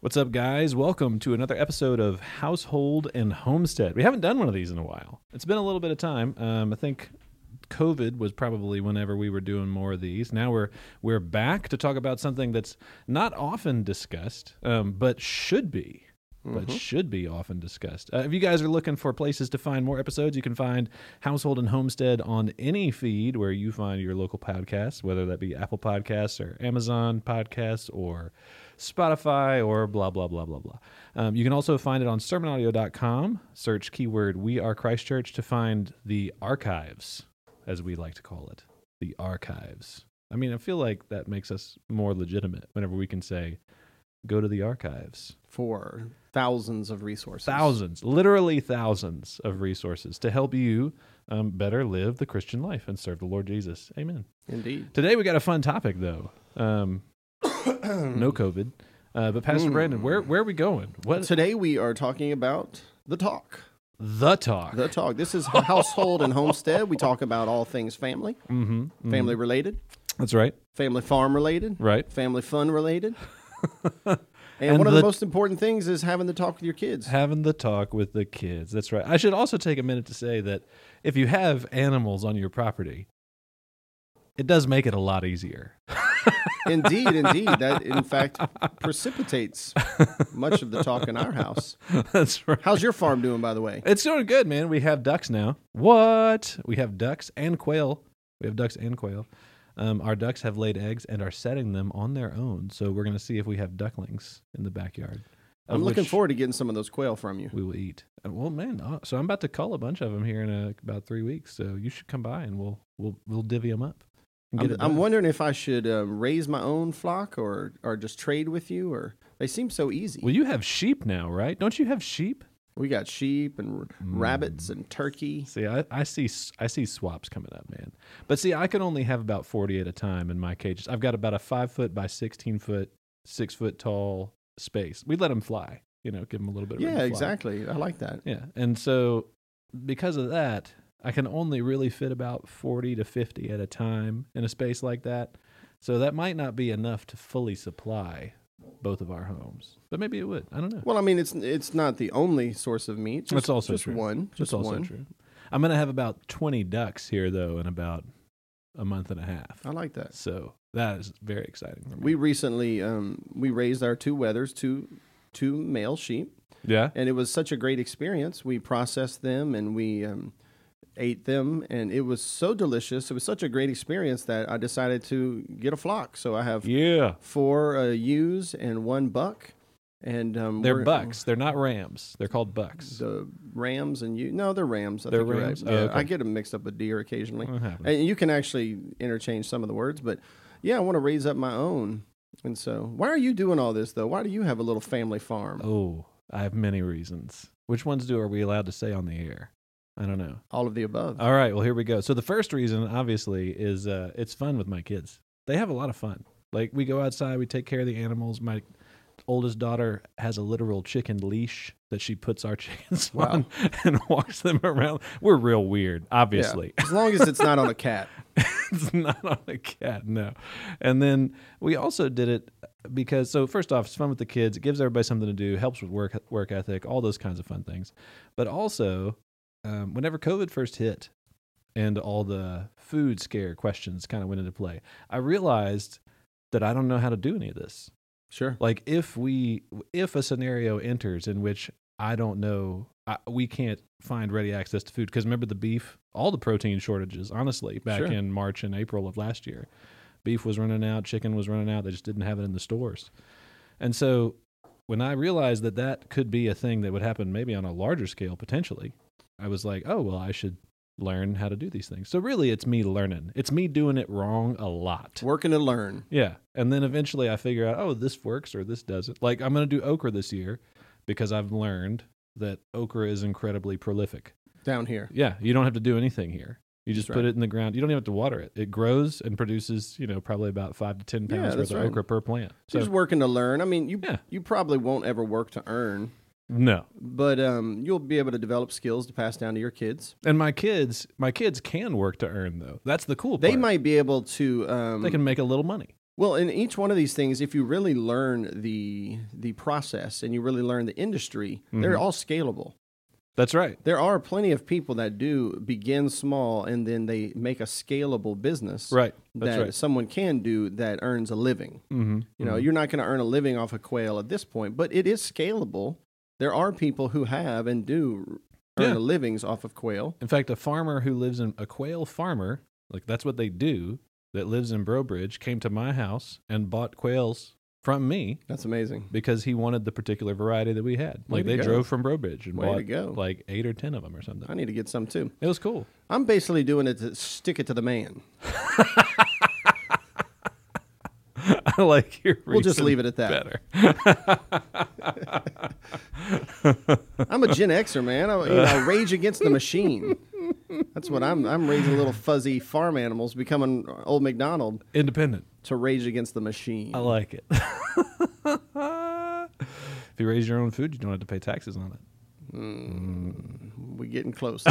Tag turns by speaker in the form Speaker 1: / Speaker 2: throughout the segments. Speaker 1: What's up, guys? Welcome to another episode of Household and Homestead. We haven't done one of these in a while. It's been a little bit of time. Um, I think COVID was probably whenever we were doing more of these. Now we're we're back to talk about something that's not often discussed, um, but should be. But should be often discussed. Uh, if you guys are looking for places to find more episodes, you can find Household and Homestead on any feed where you find your local podcasts, whether that be Apple Podcasts or Amazon Podcasts or Spotify or blah, blah, blah, blah, blah. Um, you can also find it on sermonaudio.com. Search keyword We Are Christchurch to find the archives as we like to call it, the archives. I mean, I feel like that makes us more legitimate whenever we can say, go to the archives.
Speaker 2: for thousands of resources.
Speaker 1: Thousands, literally thousands of resources to help you um, better live the Christian life and serve the Lord Jesus. Amen.
Speaker 2: Indeed.
Speaker 1: Today we got a fun topic, though. Um, no COVID. Uh, but Pastor Brandon, where where are we going? What
Speaker 2: Today we are talking about the talk.
Speaker 1: the talk?
Speaker 2: The talk. This is household and homestead. We talk about all things family,
Speaker 1: mm-hmm,
Speaker 2: family related,
Speaker 1: That's right.
Speaker 2: family farm related,
Speaker 1: Right.
Speaker 2: family fun related. And,
Speaker 1: And
Speaker 2: one of
Speaker 1: the-
Speaker 2: the most important things is having the talk with your kids.
Speaker 1: Having the talk with the kids. That's right. I should also take a minute to say that if you have animals on your property, it does make it a lot easier.
Speaker 2: indeed, indeed. That in fact precipitates much of the talk in our house.
Speaker 1: That's right.
Speaker 2: How's your farm doing by the way?
Speaker 1: It's doing good, man. We have ducks now. What? We have ducks and quail. We have ducks and quail. Um, our ducks have laid eggs and are setting them on their own. So we're going to see if we have ducklings in the backyard. of
Speaker 2: I'm looking
Speaker 1: which
Speaker 2: forward to getting some of those quail from you.
Speaker 1: We will eat. Uh, Well, man. uh, So I'm about to cull a bunch of them here in uh about three weeks. So you should come by and we'll we'll we'll divvy them up. and get
Speaker 2: I'm,
Speaker 1: it
Speaker 2: I'm
Speaker 1: done.
Speaker 2: wondering if I should uh, raise my own flock or or just trade with you or they seem so easy.
Speaker 1: Well, you have sheep now, right? Don't you have sheep?
Speaker 2: We got sheep and r-
Speaker 1: Hmm.
Speaker 2: rabbits and turkey.
Speaker 1: See, I, I see s- I see swaps coming up, man. But see, I can only have about forty at a time in my cages. I've got about a five foot by sixteen foot, six foot tall space. We let them fly, you know, give them a little bit. of room
Speaker 2: Yeah,
Speaker 1: to fly.
Speaker 2: exactly. I like that.
Speaker 1: Yeah, and so because of that, I can only really fit about forty to fifty at a time in a space like that. So that might not be enough to fully supply both of our homes, but maybe it would. I don't know.
Speaker 2: Well, I mean, it's it's not the only source of meat. Just,
Speaker 1: That's also
Speaker 2: just
Speaker 1: true.
Speaker 2: one.
Speaker 1: That's
Speaker 2: Just
Speaker 1: also
Speaker 2: one.
Speaker 1: true. I'm gonna have about 20 ducks here though in about a month and a half.
Speaker 2: I like that.
Speaker 1: So that is very exciting. For me.
Speaker 2: Oh. We recently um, we raised our two weathers, two two male sheep,
Speaker 1: yeah.
Speaker 2: and it was such a great experience. We processed them and we um, ate them, and it was so delicious. It was such a great experience that I decided to get a flock. So I have
Speaker 1: Yeah.
Speaker 2: four uh, ewes and one buck, and um,
Speaker 1: They're
Speaker 2: we're-
Speaker 1: bucks. They're not rams. They're called bucks.
Speaker 2: the Rams and you. No, they're Rams. I
Speaker 1: They're
Speaker 2: think you're
Speaker 1: Rams?
Speaker 2: Right.
Speaker 1: Oh,
Speaker 2: Yeah,
Speaker 1: okay. Oh,
Speaker 2: I get them mixed up with deer occasionally.
Speaker 1: What happened?
Speaker 2: And you can actually interchange some of the words, but yeah, I want to raise up my own. And so, why are you doing all this though? Why do you have a little family farm?
Speaker 1: Oh, I have many reasons. Which ones do are we allowed to say on the air? I don't know.
Speaker 2: All of the above.
Speaker 1: All right, well here we go. So the first reason obviously is uh it's fun with my kids. They have a lot of fun. Like we go outside, we take care of the animals. My oldest daughter has a literal chicken leash that she puts our chickens
Speaker 2: Wow.
Speaker 1: on and walks them around. We're real weird,
Speaker 2: Yeah.
Speaker 1: obviously.
Speaker 2: as long as it's not on a cat.
Speaker 1: it's not on a cat, no. And then we also did it because so first off, it's fun with the kids. It gives everybody something to do, helps with work work ethic, all those kinds of fun things. But also, um, whenever COVID first hit, and all the food scare questions kind of went into play, I realized that I don't know how to do any of this
Speaker 2: Sure.
Speaker 1: like if we if a scenario enters in which i don't know I, we can't find ready access to food because remember the beef all the protein shortages honestly back
Speaker 2: Sure.
Speaker 1: in march and april of last year beef was running out chicken was running out they just didn't have it in the stores and so when i realized that that could be a thing that would happen maybe on a larger scale potentially i was like oh well i should learn how to do these things so really it's me learning it's me doing it wrong a lot
Speaker 2: Working to learn.
Speaker 1: yeah. And then eventually I figure out, oh, this works or this doesn't. Like I'm going to do okra this year because I've learned that okra is incredibly prolific.
Speaker 2: Down here.
Speaker 1: Yeah. You don't have to do anything here. You just
Speaker 2: That's
Speaker 1: put
Speaker 2: right.
Speaker 1: it in the ground. You don't even have to water it. It grows and produces, you know, probably about five to 10
Speaker 2: Yeah,
Speaker 1: pounds worth
Speaker 2: that's
Speaker 1: of
Speaker 2: right.
Speaker 1: okra per plant. So,
Speaker 2: So just working to learn. I mean, you
Speaker 1: Yeah.
Speaker 2: you probably won't ever work to earn,
Speaker 1: no.
Speaker 2: but um, you'll be able to develop skills to pass down to your kids.
Speaker 1: And my kids, my kids can work to earn though. That's the cool
Speaker 2: They
Speaker 1: part.
Speaker 2: might be able to um,
Speaker 1: they can make a little money.
Speaker 2: Well, in each one of these things, if you really learn the the process and you really learn the industry, they're
Speaker 1: Mhm.
Speaker 2: all scalable.
Speaker 1: That's right.
Speaker 2: There are plenty of people that do begin small and then they make a scalable business
Speaker 1: Right. That's
Speaker 2: that
Speaker 1: right.
Speaker 2: someone can do that earns a living.
Speaker 1: Mm-hmm.
Speaker 2: You know, you're not going to earn a living off a quail at this point, but it is scalable. There are people who have and do earn
Speaker 1: Yeah.
Speaker 2: a livings off of quail.
Speaker 1: In fact, a farmer who lives in a quail farmer, like that's what they do, that lives in Brobridge, came to my house and bought quails from me
Speaker 2: That's amazing.
Speaker 1: because he wanted the particular variety that we had.
Speaker 2: Way
Speaker 1: Like
Speaker 2: to
Speaker 1: they
Speaker 2: go.
Speaker 1: drove from Brobridge and
Speaker 2: Way to
Speaker 1: bought
Speaker 2: go.
Speaker 1: like eight or ten of them or something.
Speaker 2: I need to get some too.
Speaker 1: It was cool.
Speaker 2: I'm basically doing it to stick it to the man.
Speaker 1: I like your.
Speaker 2: We'll just
Speaker 1: reason
Speaker 2: leave it at that.
Speaker 1: Better.
Speaker 2: I'm a Gen Xer, man. I, you know, I rage against the machine. That's what I'm. I'm raising little fuzzy farm animals, becoming old McDonald
Speaker 1: Independent.
Speaker 2: to rage against the machine.
Speaker 1: I like it. if you raise your own food, you don't have to pay taxes on it.
Speaker 2: We're getting close.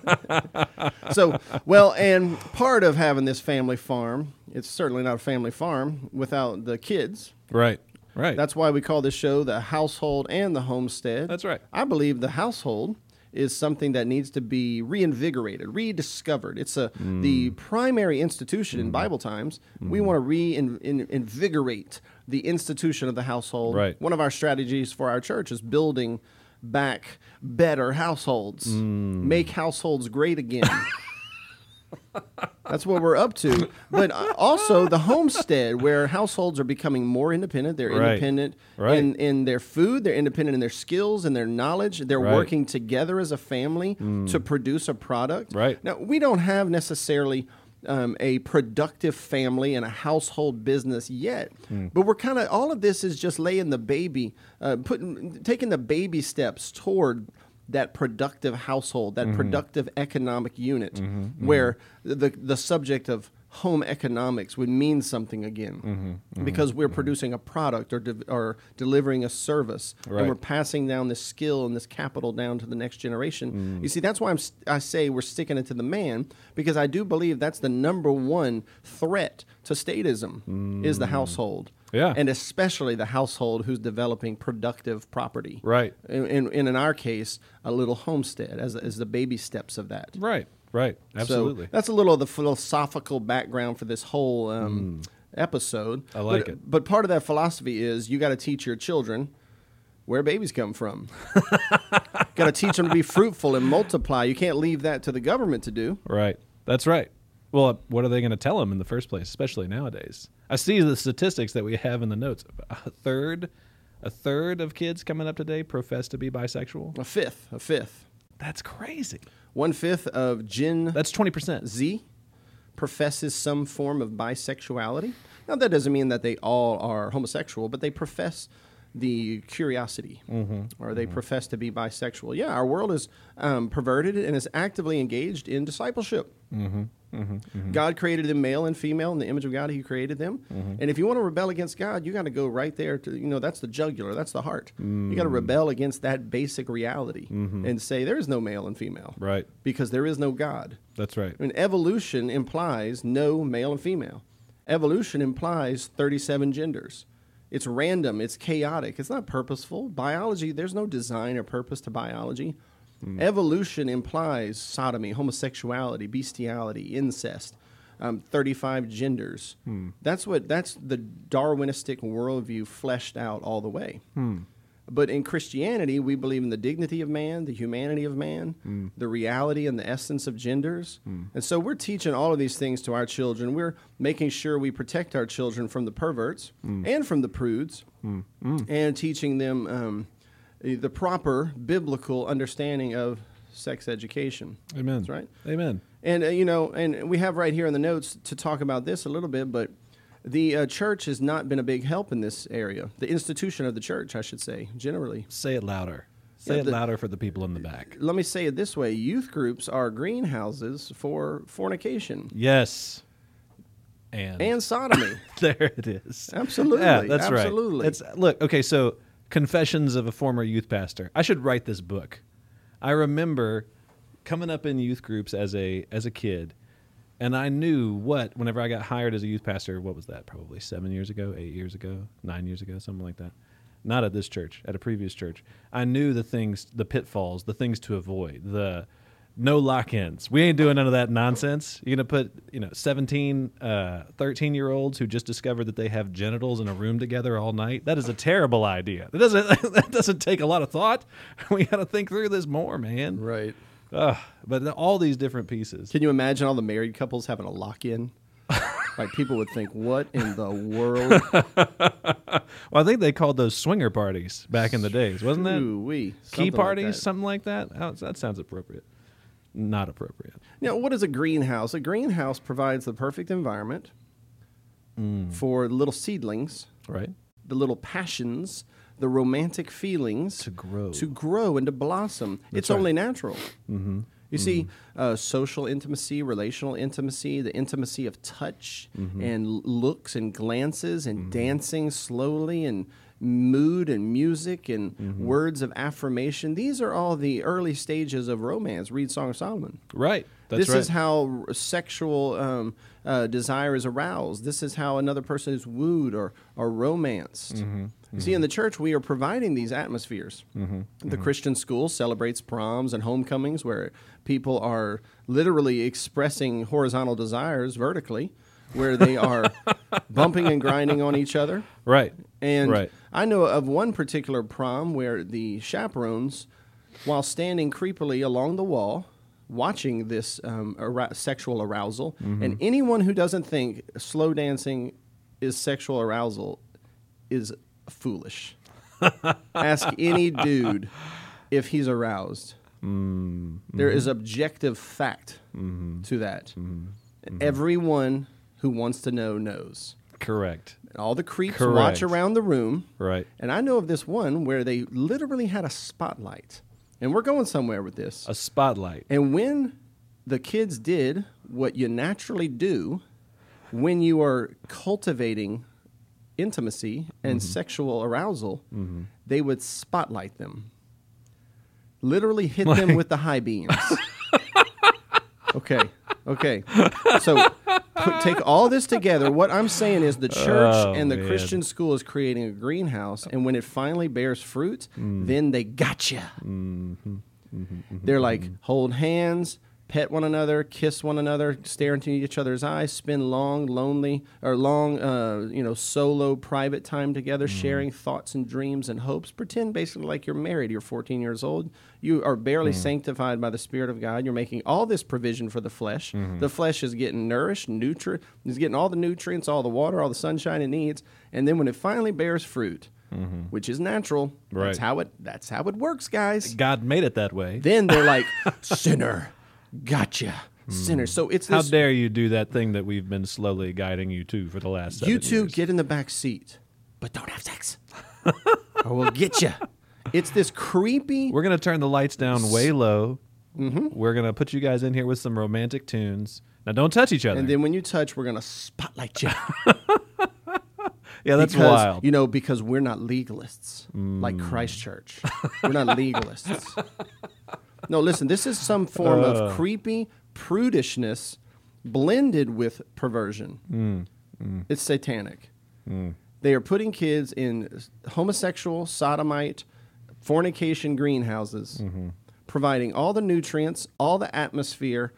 Speaker 2: so, well, and part of having this family farm, it's certainly not a family farm without the kids.
Speaker 1: Right. Right.
Speaker 2: That's why we call this show the household and the homestead.
Speaker 1: That's right.
Speaker 2: I believe the household is something that needs to be reinvigorated, rediscovered. It's a the
Speaker 1: Mm.
Speaker 2: primary institution in Bible times. We want to reinvigorate the institution of the household.
Speaker 1: Right.
Speaker 2: One of our strategies for our church is building back better households.
Speaker 1: Mm.
Speaker 2: Make households great again. That's what we're up to. But uh, also the homestead, where households are becoming more independent. They're
Speaker 1: Right.
Speaker 2: independent
Speaker 1: Right.
Speaker 2: in, in their food, they're independent in their skills and their knowledge. They're
Speaker 1: Right.
Speaker 2: working together as a family to produce a product.
Speaker 1: Hmm. Right.
Speaker 2: Now, we don't have necessarily. Um, a productive family and a household business yet,
Speaker 1: Hmm.
Speaker 2: but we're kind of all of this is just laying the baby, uh, putting taking the baby steps toward that productive household,
Speaker 1: Mm-hmm.
Speaker 2: that productive economic unit, where the the subject of home economics would mean something again,
Speaker 1: Mm-hmm.
Speaker 2: because we're producing a product or de- or delivering a service,
Speaker 1: Right.
Speaker 2: and we're passing down this skill and this capital down to the next generation.
Speaker 1: Mm.
Speaker 2: You see, that's why I'm st- I say we're sticking it to the man because I do believe that's the number one threat to statism is the household.
Speaker 1: Mm. Yeah.
Speaker 2: And especially the household who's developing productive property.
Speaker 1: Right.
Speaker 2: And, and, and in our case, a little homestead as, as the baby steps of that.
Speaker 1: Right. Right. Absolutely.
Speaker 2: So that's a little of the philosophical background for this whole um, episode.
Speaker 1: Mm. I like
Speaker 2: but,
Speaker 1: it.
Speaker 2: But part of that philosophy is you got to teach your children where babies come from. got to teach them to be fruitful and multiply. You can't leave that to the government to do.
Speaker 1: Right. That's right. Well, what are they going to tell them in the first place, especially nowadays? I see the statistics that we have in the notes. A third, a third of kids coming up today profess to be bisexual.
Speaker 2: A fifth, a fifth,
Speaker 1: That's crazy.
Speaker 2: one fifth of Gen
Speaker 1: That's 20%.
Speaker 2: Z professes some form of bisexuality. Now, that doesn't mean that they all are homosexual, but they profess the curiosity or they profess to be bisexual. Yeah, our world is um, perverted and is actively engaged in discipleship. God created them male and female in the image of God. He created them, and if you want to rebel against God, you got to go right there to you know that's the jugular, that's the heart. You got to rebel against that basic reality and say there is no male and female,
Speaker 1: Right.
Speaker 2: Because there is no God.
Speaker 1: That's right.
Speaker 2: I mean, evolution implies no male and female. Evolution implies 37 genders. It's random, it's chaotic, it's not purposeful. Biology, there's no design or purpose to biology. Evolution implies sodomy, homosexuality, bestiality, incest, um, 35 genders. That's what that's the Darwinistic worldview fleshed out all the way. But in Christianity, we believe in the dignity of man, the humanity of man, the reality and the essence of genders. And so we're teaching all of these things to our children. We're making sure we protect our children from the perverts and from the prudes and teaching them um, the proper biblical understanding of sex education.
Speaker 1: Amen.
Speaker 2: That's right.
Speaker 1: Amen.
Speaker 2: And uh, you know, and we have right here in the notes to talk about this a little bit, but the uh, church has not been a big help in this area. The institution of the church, I should say, generally.
Speaker 1: Say it louder. Say
Speaker 2: Yeah,
Speaker 1: it
Speaker 2: the-
Speaker 1: louder for the people in the back.
Speaker 2: Let me say it this way: youth groups are greenhouses for fornication
Speaker 1: Yes. And,
Speaker 2: and sodomy.
Speaker 1: there it is.
Speaker 2: Absolutely.
Speaker 1: Yeah, that's right.
Speaker 2: Absolutely.
Speaker 1: It's look, okay, so Confessions of a Former Youth Pastor. I should write this book. I remember coming up in youth groups as a as a kid And I knew what, whenever I got hired as a youth pastor, what was that? Probably seven years ago, eight years ago, nine years ago, something like that. Not at this church, at a previous church. I knew the things, the pitfalls, the things to avoid, the no lock ins. We ain't doing none of that nonsense. You're going to put, you know, 17, uh, 13 year olds who just discovered that they have genitals in a room together all night. That is a terrible idea. That doesn't, that doesn't take a lot of thought. We got to think through this more, man.
Speaker 3: Right.
Speaker 1: Ugh, but the- all these different pieces.
Speaker 2: Can you imagine all the married couples having a lock in? like people would think, what in the world?
Speaker 1: Well, I think they called those swinger parties back in the days, wasn't that?
Speaker 2: Ooh-wee,
Speaker 1: Key
Speaker 2: something like
Speaker 1: parties,
Speaker 2: that.
Speaker 1: something like that. Oh, that sounds appropriate. Not appropriate.
Speaker 2: Now, what is a greenhouse? A greenhouse provides the perfect environment
Speaker 1: Mm.
Speaker 2: for little seedlings,
Speaker 1: Right?
Speaker 2: the little passions, the romantic feelings
Speaker 1: To grow.
Speaker 2: to grow and to blossom. it's
Speaker 1: right.
Speaker 2: only natural. Mm-hmm. You see, uh, social intimacy, relational intimacy, the intimacy of touch
Speaker 1: Mm-hmm.
Speaker 2: and l- looks and glances and dancing slowly and mood and music and
Speaker 1: Mm-hmm.
Speaker 2: words of affirmation. These are all the early stages of romance. Read Song of Solomon
Speaker 1: Right. That's
Speaker 2: this
Speaker 1: right.
Speaker 2: is how r- sexual um, uh, desire is aroused. This is how another person is wooed or, or romanced.
Speaker 1: Mm-hmm.
Speaker 2: You See, in the church, we are providing these atmospheres.
Speaker 1: Mm-hmm.
Speaker 2: The Christian school celebrates proms and homecomings where people are literally expressing horizontal desires vertically, where they are bumping and grinding on each other.
Speaker 1: right.
Speaker 2: And
Speaker 1: right.
Speaker 2: I know of one particular prom where the chaperones, while standing creepily along the wall, watching this um, arou- sexual arousal,
Speaker 1: Mm-hmm.
Speaker 2: and anyone who doesn't think slow dancing is sexual arousal is foolish. Ask any dude if he's aroused.
Speaker 1: Mm-hmm.
Speaker 2: There is objective fact to that.
Speaker 1: Mm-hmm.
Speaker 2: Everyone who wants to know knows.
Speaker 1: Correct.
Speaker 2: And all the creeps
Speaker 1: Correct.
Speaker 2: watch around the room.
Speaker 1: Right.
Speaker 2: And I know of this one where they literally had a spotlight. And we're going somewhere with this.
Speaker 1: A spotlight.
Speaker 2: And when the kids did what you naturally do when you are cultivating intimacy and
Speaker 1: Mm-hmm.
Speaker 2: sexual arousal, they would spotlight them. Literally hit them with the high beams. okay. Okay. So put, take all this together. What I'm saying is the church
Speaker 1: Oh,
Speaker 2: and the
Speaker 1: man.
Speaker 2: Christian school is creating a greenhouse, and when it finally bears fruit,
Speaker 1: Mm.
Speaker 2: then they gotcha. Mm-hmm. They're like hold hands, pet one another, kiss one another, stare into each other's eyes, spend long, lonely or long, uh, you know, solo, private time together, sharing thoughts and dreams and hopes. Pretend basically like you're married. You're 14 years old. You are barely sanctified by the Spirit of God. You're making all this provision for the flesh. The flesh is getting nourished, nutri- is getting all the nutrients, all the water, all the sunshine it needs, and then when it finally bears fruit. Which is natural.
Speaker 1: Right.
Speaker 2: That's how it. That's how it works, guys.
Speaker 1: God made it that way.
Speaker 2: Then they're like, sinner, gotcha, sinner. So it's
Speaker 1: How
Speaker 2: this,
Speaker 1: dare you do that thing that we've been slowly guiding you to for the last seven
Speaker 2: you two
Speaker 1: years.
Speaker 2: get in the back seat, but don't have sex, or we'll get you. It's this creepy.
Speaker 1: We're gonna turn the lights down way low. Mm-hmm. We're gonna put you guys in here with some romantic tunes. Now, don't touch each other.
Speaker 2: and then when you touch, we're gonna spotlight you.
Speaker 1: yeah, that's
Speaker 2: because,
Speaker 1: wild. Mm.
Speaker 2: You know, because we're not legalists like Christchurch. we're not legalists. No, listen, this is some form
Speaker 1: Uh.
Speaker 2: of creepy prudishness blended with perversion.
Speaker 1: Mm,
Speaker 2: It's satanic. They are putting kids in homosexual, sodomite, fornication greenhouses,
Speaker 1: Mm-hmm.
Speaker 2: providing all the nutrients, all the atmosphere,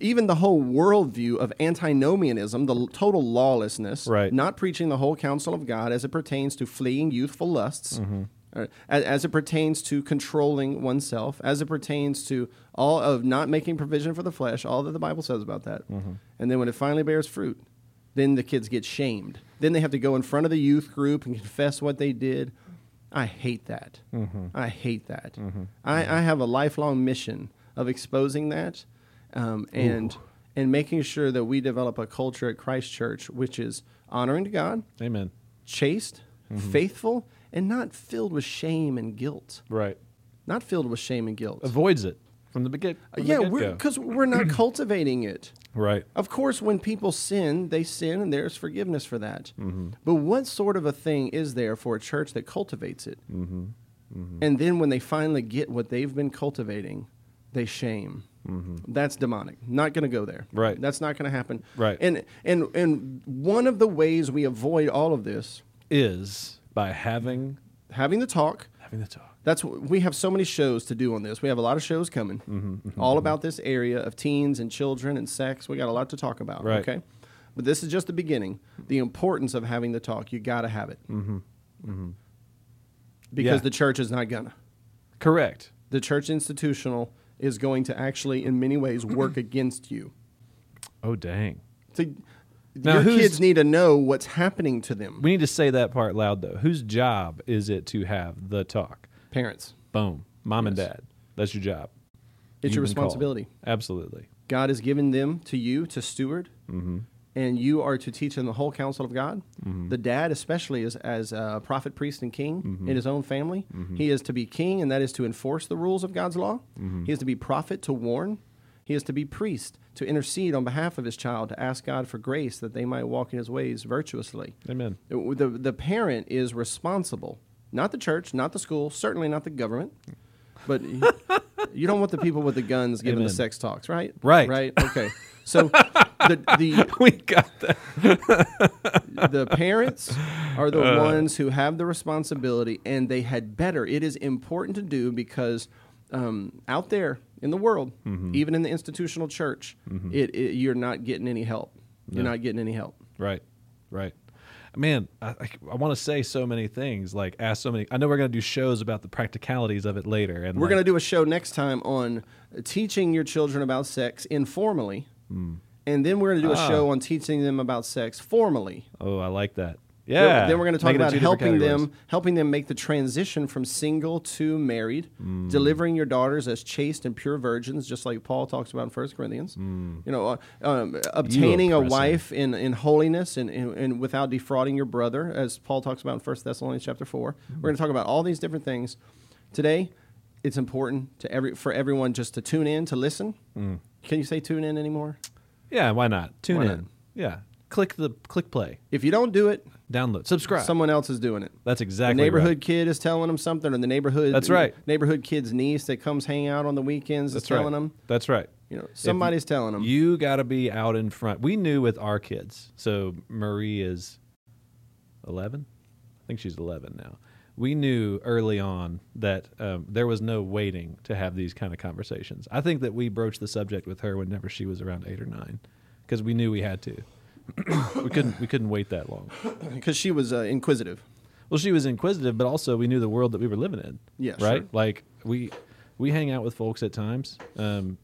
Speaker 2: even the whole worldview of antinomianism, the l- total lawlessness,
Speaker 1: Right.
Speaker 2: not preaching the whole counsel of God as it pertains to fleeing youthful lusts. or a- As it pertains to controlling oneself, as it pertains to all of not making provision for the flesh, all that the Bible says about that. And then when it finally bears fruit, then the kids get shamed. Then they have to go in front of the youth group and confess what they did. I hate that.
Speaker 1: Mm-hmm.
Speaker 2: I hate that. I, I have a lifelong mission of exposing that um, and and making sure that we develop a culture at Christ Church which is honoring to God,
Speaker 1: Amen.
Speaker 2: chaste,
Speaker 1: Mm-hmm.
Speaker 2: faithful, and not filled with shame and guilt.
Speaker 1: Right.
Speaker 2: Not filled with shame and guilt.
Speaker 1: Avoids it from the begin. from the
Speaker 2: yeah, we're
Speaker 1: get-go.
Speaker 2: because we're not cultivating it.
Speaker 1: Right.
Speaker 2: Of course, when people sin, they sin, and there's forgiveness for that.
Speaker 1: Mm-hmm.
Speaker 2: But what sort of a thing is there for a church
Speaker 1: Mm-hmm.
Speaker 2: that cultivates it? And then when they finally get what they've been cultivating, they shame. That's demonic. Not going to go there.
Speaker 1: Mm-hmm. Right.
Speaker 2: That's not going to happen.
Speaker 1: Right.
Speaker 2: And and and one of the ways we avoid all of this,
Speaker 1: is by having
Speaker 2: having the talk,
Speaker 1: having the talk.
Speaker 2: that's wh- we have so many shows to do on this. We have a lot of shows coming,
Speaker 1: Mm-hmm,
Speaker 2: all about this area of teens and children and sex. We got a lot to talk about.
Speaker 1: Right.
Speaker 2: Okay, but this is just the beginning. The importance of having the talk. You got to have it. Mm-hmm. Mm-hmm. Because
Speaker 1: Yeah.
Speaker 2: the church is not gonna.
Speaker 1: Correct.
Speaker 2: The church institutional is going to actually, in many ways, work against you.
Speaker 1: Oh dang.
Speaker 2: To,
Speaker 1: Now,
Speaker 2: your
Speaker 1: who's-
Speaker 2: kids need to know what's happening to them.
Speaker 1: We need to say that part loud though. Whose job is it to have the talk?
Speaker 2: Parents,
Speaker 1: Boom. Mom and
Speaker 2: Yes.
Speaker 1: dad. That's your job.
Speaker 2: it's your
Speaker 1: You've been called.
Speaker 2: responsibility.
Speaker 1: Absolutely.
Speaker 2: God has given them to you to steward, and you are to teach them the whole counsel of God. The dad, especially, is as a prophet, priest, and king in his own family. He is to be king, and that is to enforce the rules of God's law. He is to be prophet to warn. He is to be priest to intercede on behalf of his child to ask God for grace that they might walk in his ways virtuously.
Speaker 1: Amen.
Speaker 2: The, the parent is responsible, not the church, not the school, certainly not the government. But you don't want the people with the guns giving
Speaker 1: Amen.
Speaker 2: the sex talks, right?
Speaker 1: Right.
Speaker 2: Right. Okay. So the, the
Speaker 1: we got that.
Speaker 2: the parents are the
Speaker 1: Uh.
Speaker 2: ones who have the responsibility, and they had better. It is important to do because um, out there in the world,
Speaker 1: Mm-hmm.
Speaker 2: even in the institutional church, it, it you're not getting any help. You're not getting any help.
Speaker 1: Right. Right. Man, I, I, want to say so many things. Like ask so many. I know we're gonna do shows about the practicalities of it later. And
Speaker 2: We're
Speaker 1: like,
Speaker 2: going to do a show next time on teaching your children about sex informally. And then we're going to do a
Speaker 1: Ah.
Speaker 2: show on teaching them about sex formally.
Speaker 1: Oh, I like that.
Speaker 2: Then-
Speaker 1: Yeah.
Speaker 2: Then we're going to talk
Speaker 1: Make it in
Speaker 2: about
Speaker 1: two different
Speaker 2: helping
Speaker 1: categories.
Speaker 2: them, helping them make the transition from single to married,
Speaker 1: Mm.
Speaker 2: delivering your daughters as chaste and pure virgins, just like Paul talks about in First Corinthians.
Speaker 1: Mm.
Speaker 2: You know, uh, um, obtaining a
Speaker 1: oppressor.
Speaker 2: wife in, in holiness and, and, and without defrauding your brother, as Paul talks about in First Thessalonians chapter four.
Speaker 1: Mm.
Speaker 2: We're going to talk about all these different things today. It's important to every for everyone just to tune in to listen.
Speaker 1: Mm.
Speaker 2: Can you say tune in anymore?
Speaker 1: Yeah. Why not? Tune
Speaker 2: Why
Speaker 1: in.
Speaker 2: not?
Speaker 1: Yeah. Click the click play.
Speaker 2: If you don't do it,
Speaker 1: Download. Subscribe.
Speaker 2: someone else is doing it.
Speaker 1: That's exactly
Speaker 2: the neighborhood
Speaker 1: right.
Speaker 2: kid is telling them something, or the neighborhood
Speaker 1: That's right.
Speaker 2: neighborhood kid's niece that comes hang out on the weekends
Speaker 1: That's
Speaker 2: is telling
Speaker 1: right.
Speaker 2: them.
Speaker 1: That's right.
Speaker 2: You know, somebody's telling them.
Speaker 1: You got to be out in front. We knew with our kids. So Marie is 11. I think she's 11 now. We knew early on that um, there was no waiting to have these kind of conversations. I think that we broached the subject with her whenever she was around eight or nine, because we knew we had to. we couldn't. We couldn't wait that long.
Speaker 2: because she was uh, inquisitive.
Speaker 1: Well, she was inquisitive, but also we knew the world that we were living in.
Speaker 2: Yeah,
Speaker 1: right.
Speaker 2: sure.
Speaker 1: Like we we hang out with folks at times um,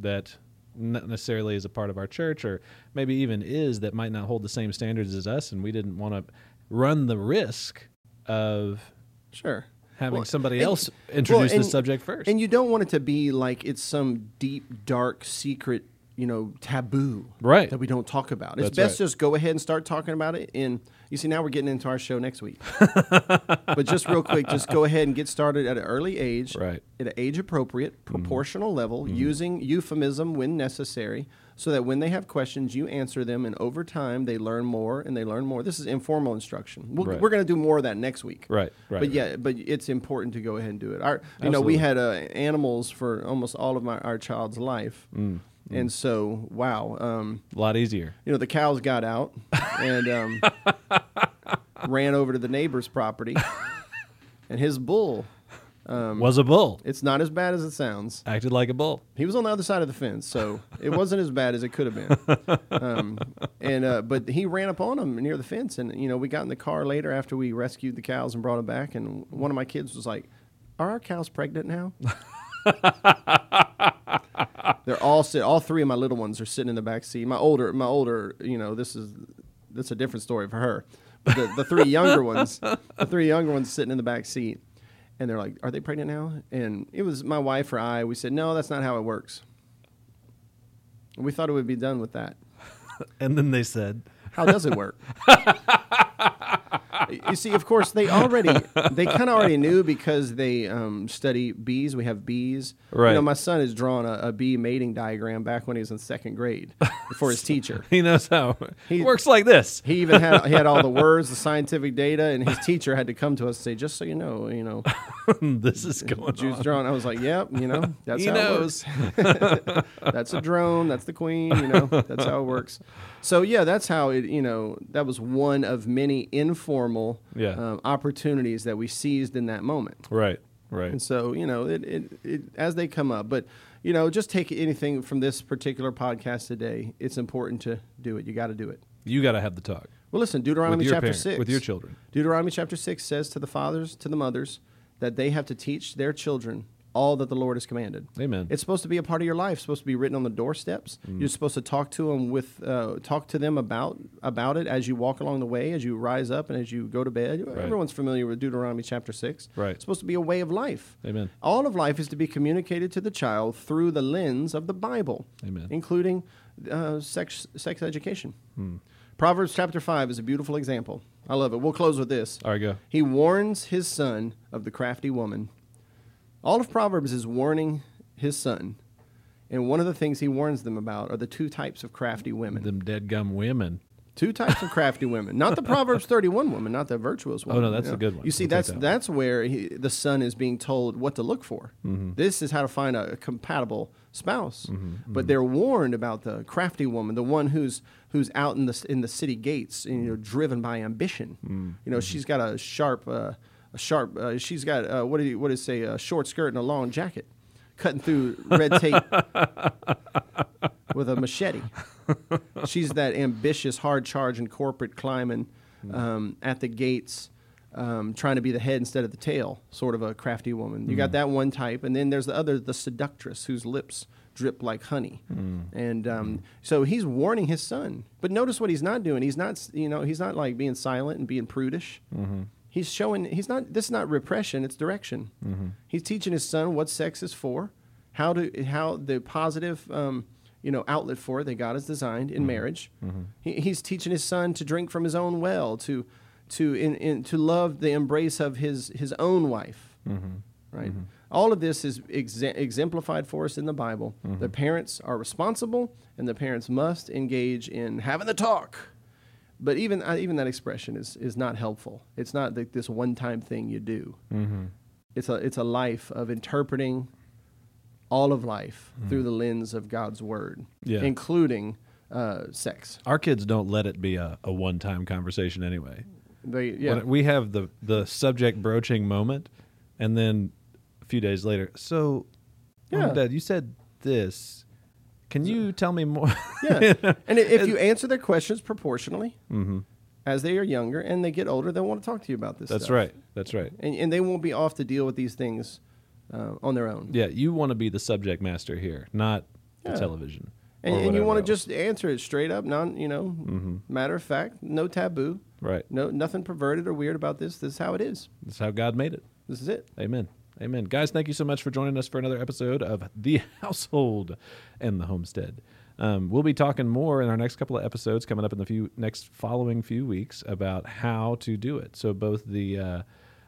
Speaker 1: that not necessarily is a part of our church, or maybe even is that might not hold the same standards as us, and we didn't want to run the risk of
Speaker 2: Sure.
Speaker 1: having
Speaker 2: Well,
Speaker 1: somebody
Speaker 2: and-
Speaker 1: else introduce
Speaker 2: and-
Speaker 1: the subject first.
Speaker 2: And you don't want it to be like it's some deep, dark, secret, you know, taboo,
Speaker 1: Right.
Speaker 2: That we don't talk about. It's
Speaker 1: That's
Speaker 2: best
Speaker 1: right.
Speaker 2: just go ahead and start talking about it. And you see, now we're getting into our show next week. but just real quick, just go ahead and get started at an early age,
Speaker 1: Right. Mm-hmm.
Speaker 2: At an age appropriate, proportional level, using euphemism when necessary. So that when they have questions, you answer them, and over time they learn more and they learn more. This is informal instruction. We'll,
Speaker 1: Right.
Speaker 2: We're going to do more of that next week.
Speaker 1: Right, right,
Speaker 2: But
Speaker 1: right.
Speaker 2: yeah, yeah, but it's important to go ahead and do it. Our, you know,
Speaker 1: Absolutely.
Speaker 2: we had uh, animals for almost all of my, our child's life, and so wow, um,
Speaker 1: a lot easier.
Speaker 2: you know, the cows got out and um, ran over to the neighbor's property, and his bull.
Speaker 1: was a bull.
Speaker 2: It's not as bad as Um, it sounds.
Speaker 1: Acted like a bull.
Speaker 2: He was on the other side of the fence, so it wasn't as bad as it could have been. Um, and uh, but he ran up on him near the fence, and you know we got in the car later after we rescued the cows and brought them back, and one of my kids was like, "Are our cows pregnant now?" They're all sit. All three of my little ones are sitting in the back seat. My older, my older, you know, this is that's a different story for her. But the, the three younger ones, the three younger ones sitting in the back seat, and they're like, "Are they pregnant now?" And it was my wife or I. We said, "No, that's not how it works." And we thought it would be done with that.
Speaker 1: And then they said,
Speaker 2: How does it work? you see, of course, they already they kind of already knew because they um, study bees. We have bees.
Speaker 1: Right.
Speaker 2: You know, my son has drawn a, a bee mating diagram back when he was in second grade for his teacher.
Speaker 1: He knows how it works like this.
Speaker 2: He even had he had all the words, the scientific data, and his teacher had to come to us and say, "Just so you know, you know,
Speaker 1: this is going
Speaker 2: Jude's
Speaker 1: on.
Speaker 2: drawn." I was like, "Yep, you know, that's
Speaker 1: He
Speaker 2: how it works.
Speaker 1: knows.
Speaker 2: that's a drone. That's the queen. You know, that's how it works. So yeah, that's how it. You know, that was one of many informal
Speaker 1: Yeah.
Speaker 2: um, opportunities that we seized in that moment.
Speaker 1: Right, right.
Speaker 2: And so you know, it, it, it as they come up, but you know, just take anything from this particular podcast today. It's important to do it. You got to do it.
Speaker 1: You got to have the talk
Speaker 2: Well, listen,
Speaker 1: with
Speaker 2: Deuteronomy
Speaker 1: your
Speaker 2: chapter
Speaker 1: parents,
Speaker 2: six
Speaker 1: with your children.
Speaker 2: Deuteronomy chapter 6 says to the fathers, to the mothers, that they have to teach their children all that the Lord has commanded.
Speaker 1: Amen. Mm.
Speaker 2: It's supposed to be a part of your life. It's supposed to be written on the doorsteps. You're supposed to talk to them with, uh, talk to them about about it as you walk along the way, as you rise up, and as you go to bed. Everyone's familiar with Deuteronomy chapter six.
Speaker 1: Right.
Speaker 2: It's supposed to be a way of life.
Speaker 1: Amen.
Speaker 2: All of life is to be communicated to the child through the lens of the Bible.
Speaker 1: Amen.
Speaker 2: Including uh, sex sex education. Proverbs chapter five is a beautiful example. I love it. We'll close with this.
Speaker 1: All right, go.
Speaker 2: He warns his son of the crafty woman. All of Proverbs is warning his son. And one of the things he warns them about are the two types of crafty women.
Speaker 1: Them dead gum women.
Speaker 2: Two types of crafty women, not the Proverbs thirty-one woman, not the virtuous woman.
Speaker 1: Oh, no, that's
Speaker 2: you
Speaker 1: a good one.
Speaker 2: You see,
Speaker 1: We'll take
Speaker 2: that's
Speaker 1: that one.
Speaker 2: that's where he, the son is being told what to look for.
Speaker 1: Mm-hmm.
Speaker 2: This is how to find a, compatible spouse. But they're warned about the crafty woman, the one who's who's out in the s- in the city gates, and,
Speaker 1: Mm.
Speaker 2: you know, driven by ambition. You know,
Speaker 1: Mm-hmm.
Speaker 2: she's got a sharp, uh, a sharp. Uh, she's got uh, what do you what do you say? A short skirt and a long jacket, cutting through red tape with a machete. She's that ambitious, hard charging corporate climbing um, at the gates, um, trying to be the head instead of the tail, sort of a crafty woman. You got that one type, and then there's the other, the seductress, whose lips drip like honey. And um, so he's warning his son. But notice what he's not doing. He's not, s- you know, he's not like being silent and being prudish. He's showing. He's not. This is not repression. It's direction. He's teaching his son what sex is for, how to how the positive, um, you know, outlet for it that God has designed in marriage. He, he's teaching his son to drink from his own well, to to in, in to love the embrace of his his own wife. Right. All of this is exe- exemplified for us in the Bible. The parents are responsible, and the parents must engage in having the talk. But even uh, even that expression is is not helpful. It's not like this one time thing you do. It's a it's a life of interpreting all of life through the lens of God's word,
Speaker 1: Yeah.
Speaker 2: including uh, sex.
Speaker 1: Our kids don't let it be a, a one time conversation anyway.
Speaker 2: They yeah.
Speaker 1: When we have the, the subject broaching moment, and then a few days later, so, Mom and
Speaker 2: Yeah.
Speaker 1: Dad, you said this. Can you tell me more?
Speaker 2: yeah. And i- if you answer their questions proportionally,
Speaker 1: Mm-hmm.
Speaker 2: as they are younger and they get older, they'll want to talk to you about this.
Speaker 1: That's
Speaker 2: stuff.
Speaker 1: right. That's right.
Speaker 2: And, and they won't be off to deal with these things uh, on their own.
Speaker 1: Yeah, you want to be the subject master here, not
Speaker 2: Yeah.
Speaker 1: the television.
Speaker 2: And,
Speaker 1: or
Speaker 2: and you
Speaker 1: whatever
Speaker 2: want to
Speaker 1: else. Mm-hmm.
Speaker 2: just answer it straight up, non, you know, matter of fact, no taboo,
Speaker 1: Right.
Speaker 2: no nothing perverted or weird about this. This is how it is.
Speaker 1: That's how God made it.
Speaker 2: This is it.
Speaker 1: Amen. Amen. Guys, thank you so much for joining us for another episode of The Household and the Homestead. Um, we'll be talking more in our next couple of episodes coming up in the few next following few weeks about how to do it. So both the uh,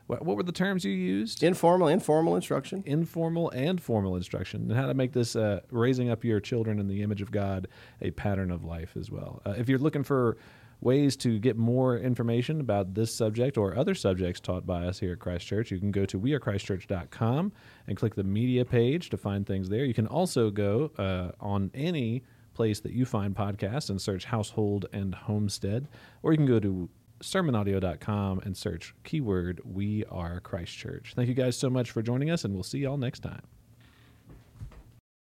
Speaker 1: what, what were the terms you used?
Speaker 2: Informal, informal instruction.
Speaker 1: informal and formal instruction and how to make this uh, raising up your children in the image of god a pattern of life as well uh, if you're looking for ways to get more information about this subject or other subjects taught by us here at christ church you can go to wearechristchurch.com and click the media page to find things there you can also go uh, on any place that you find podcasts and search household and homestead or you can go to sermonaudio.com and search keyword we are christchurch thank you guys so much for joining us and we'll see y'all next time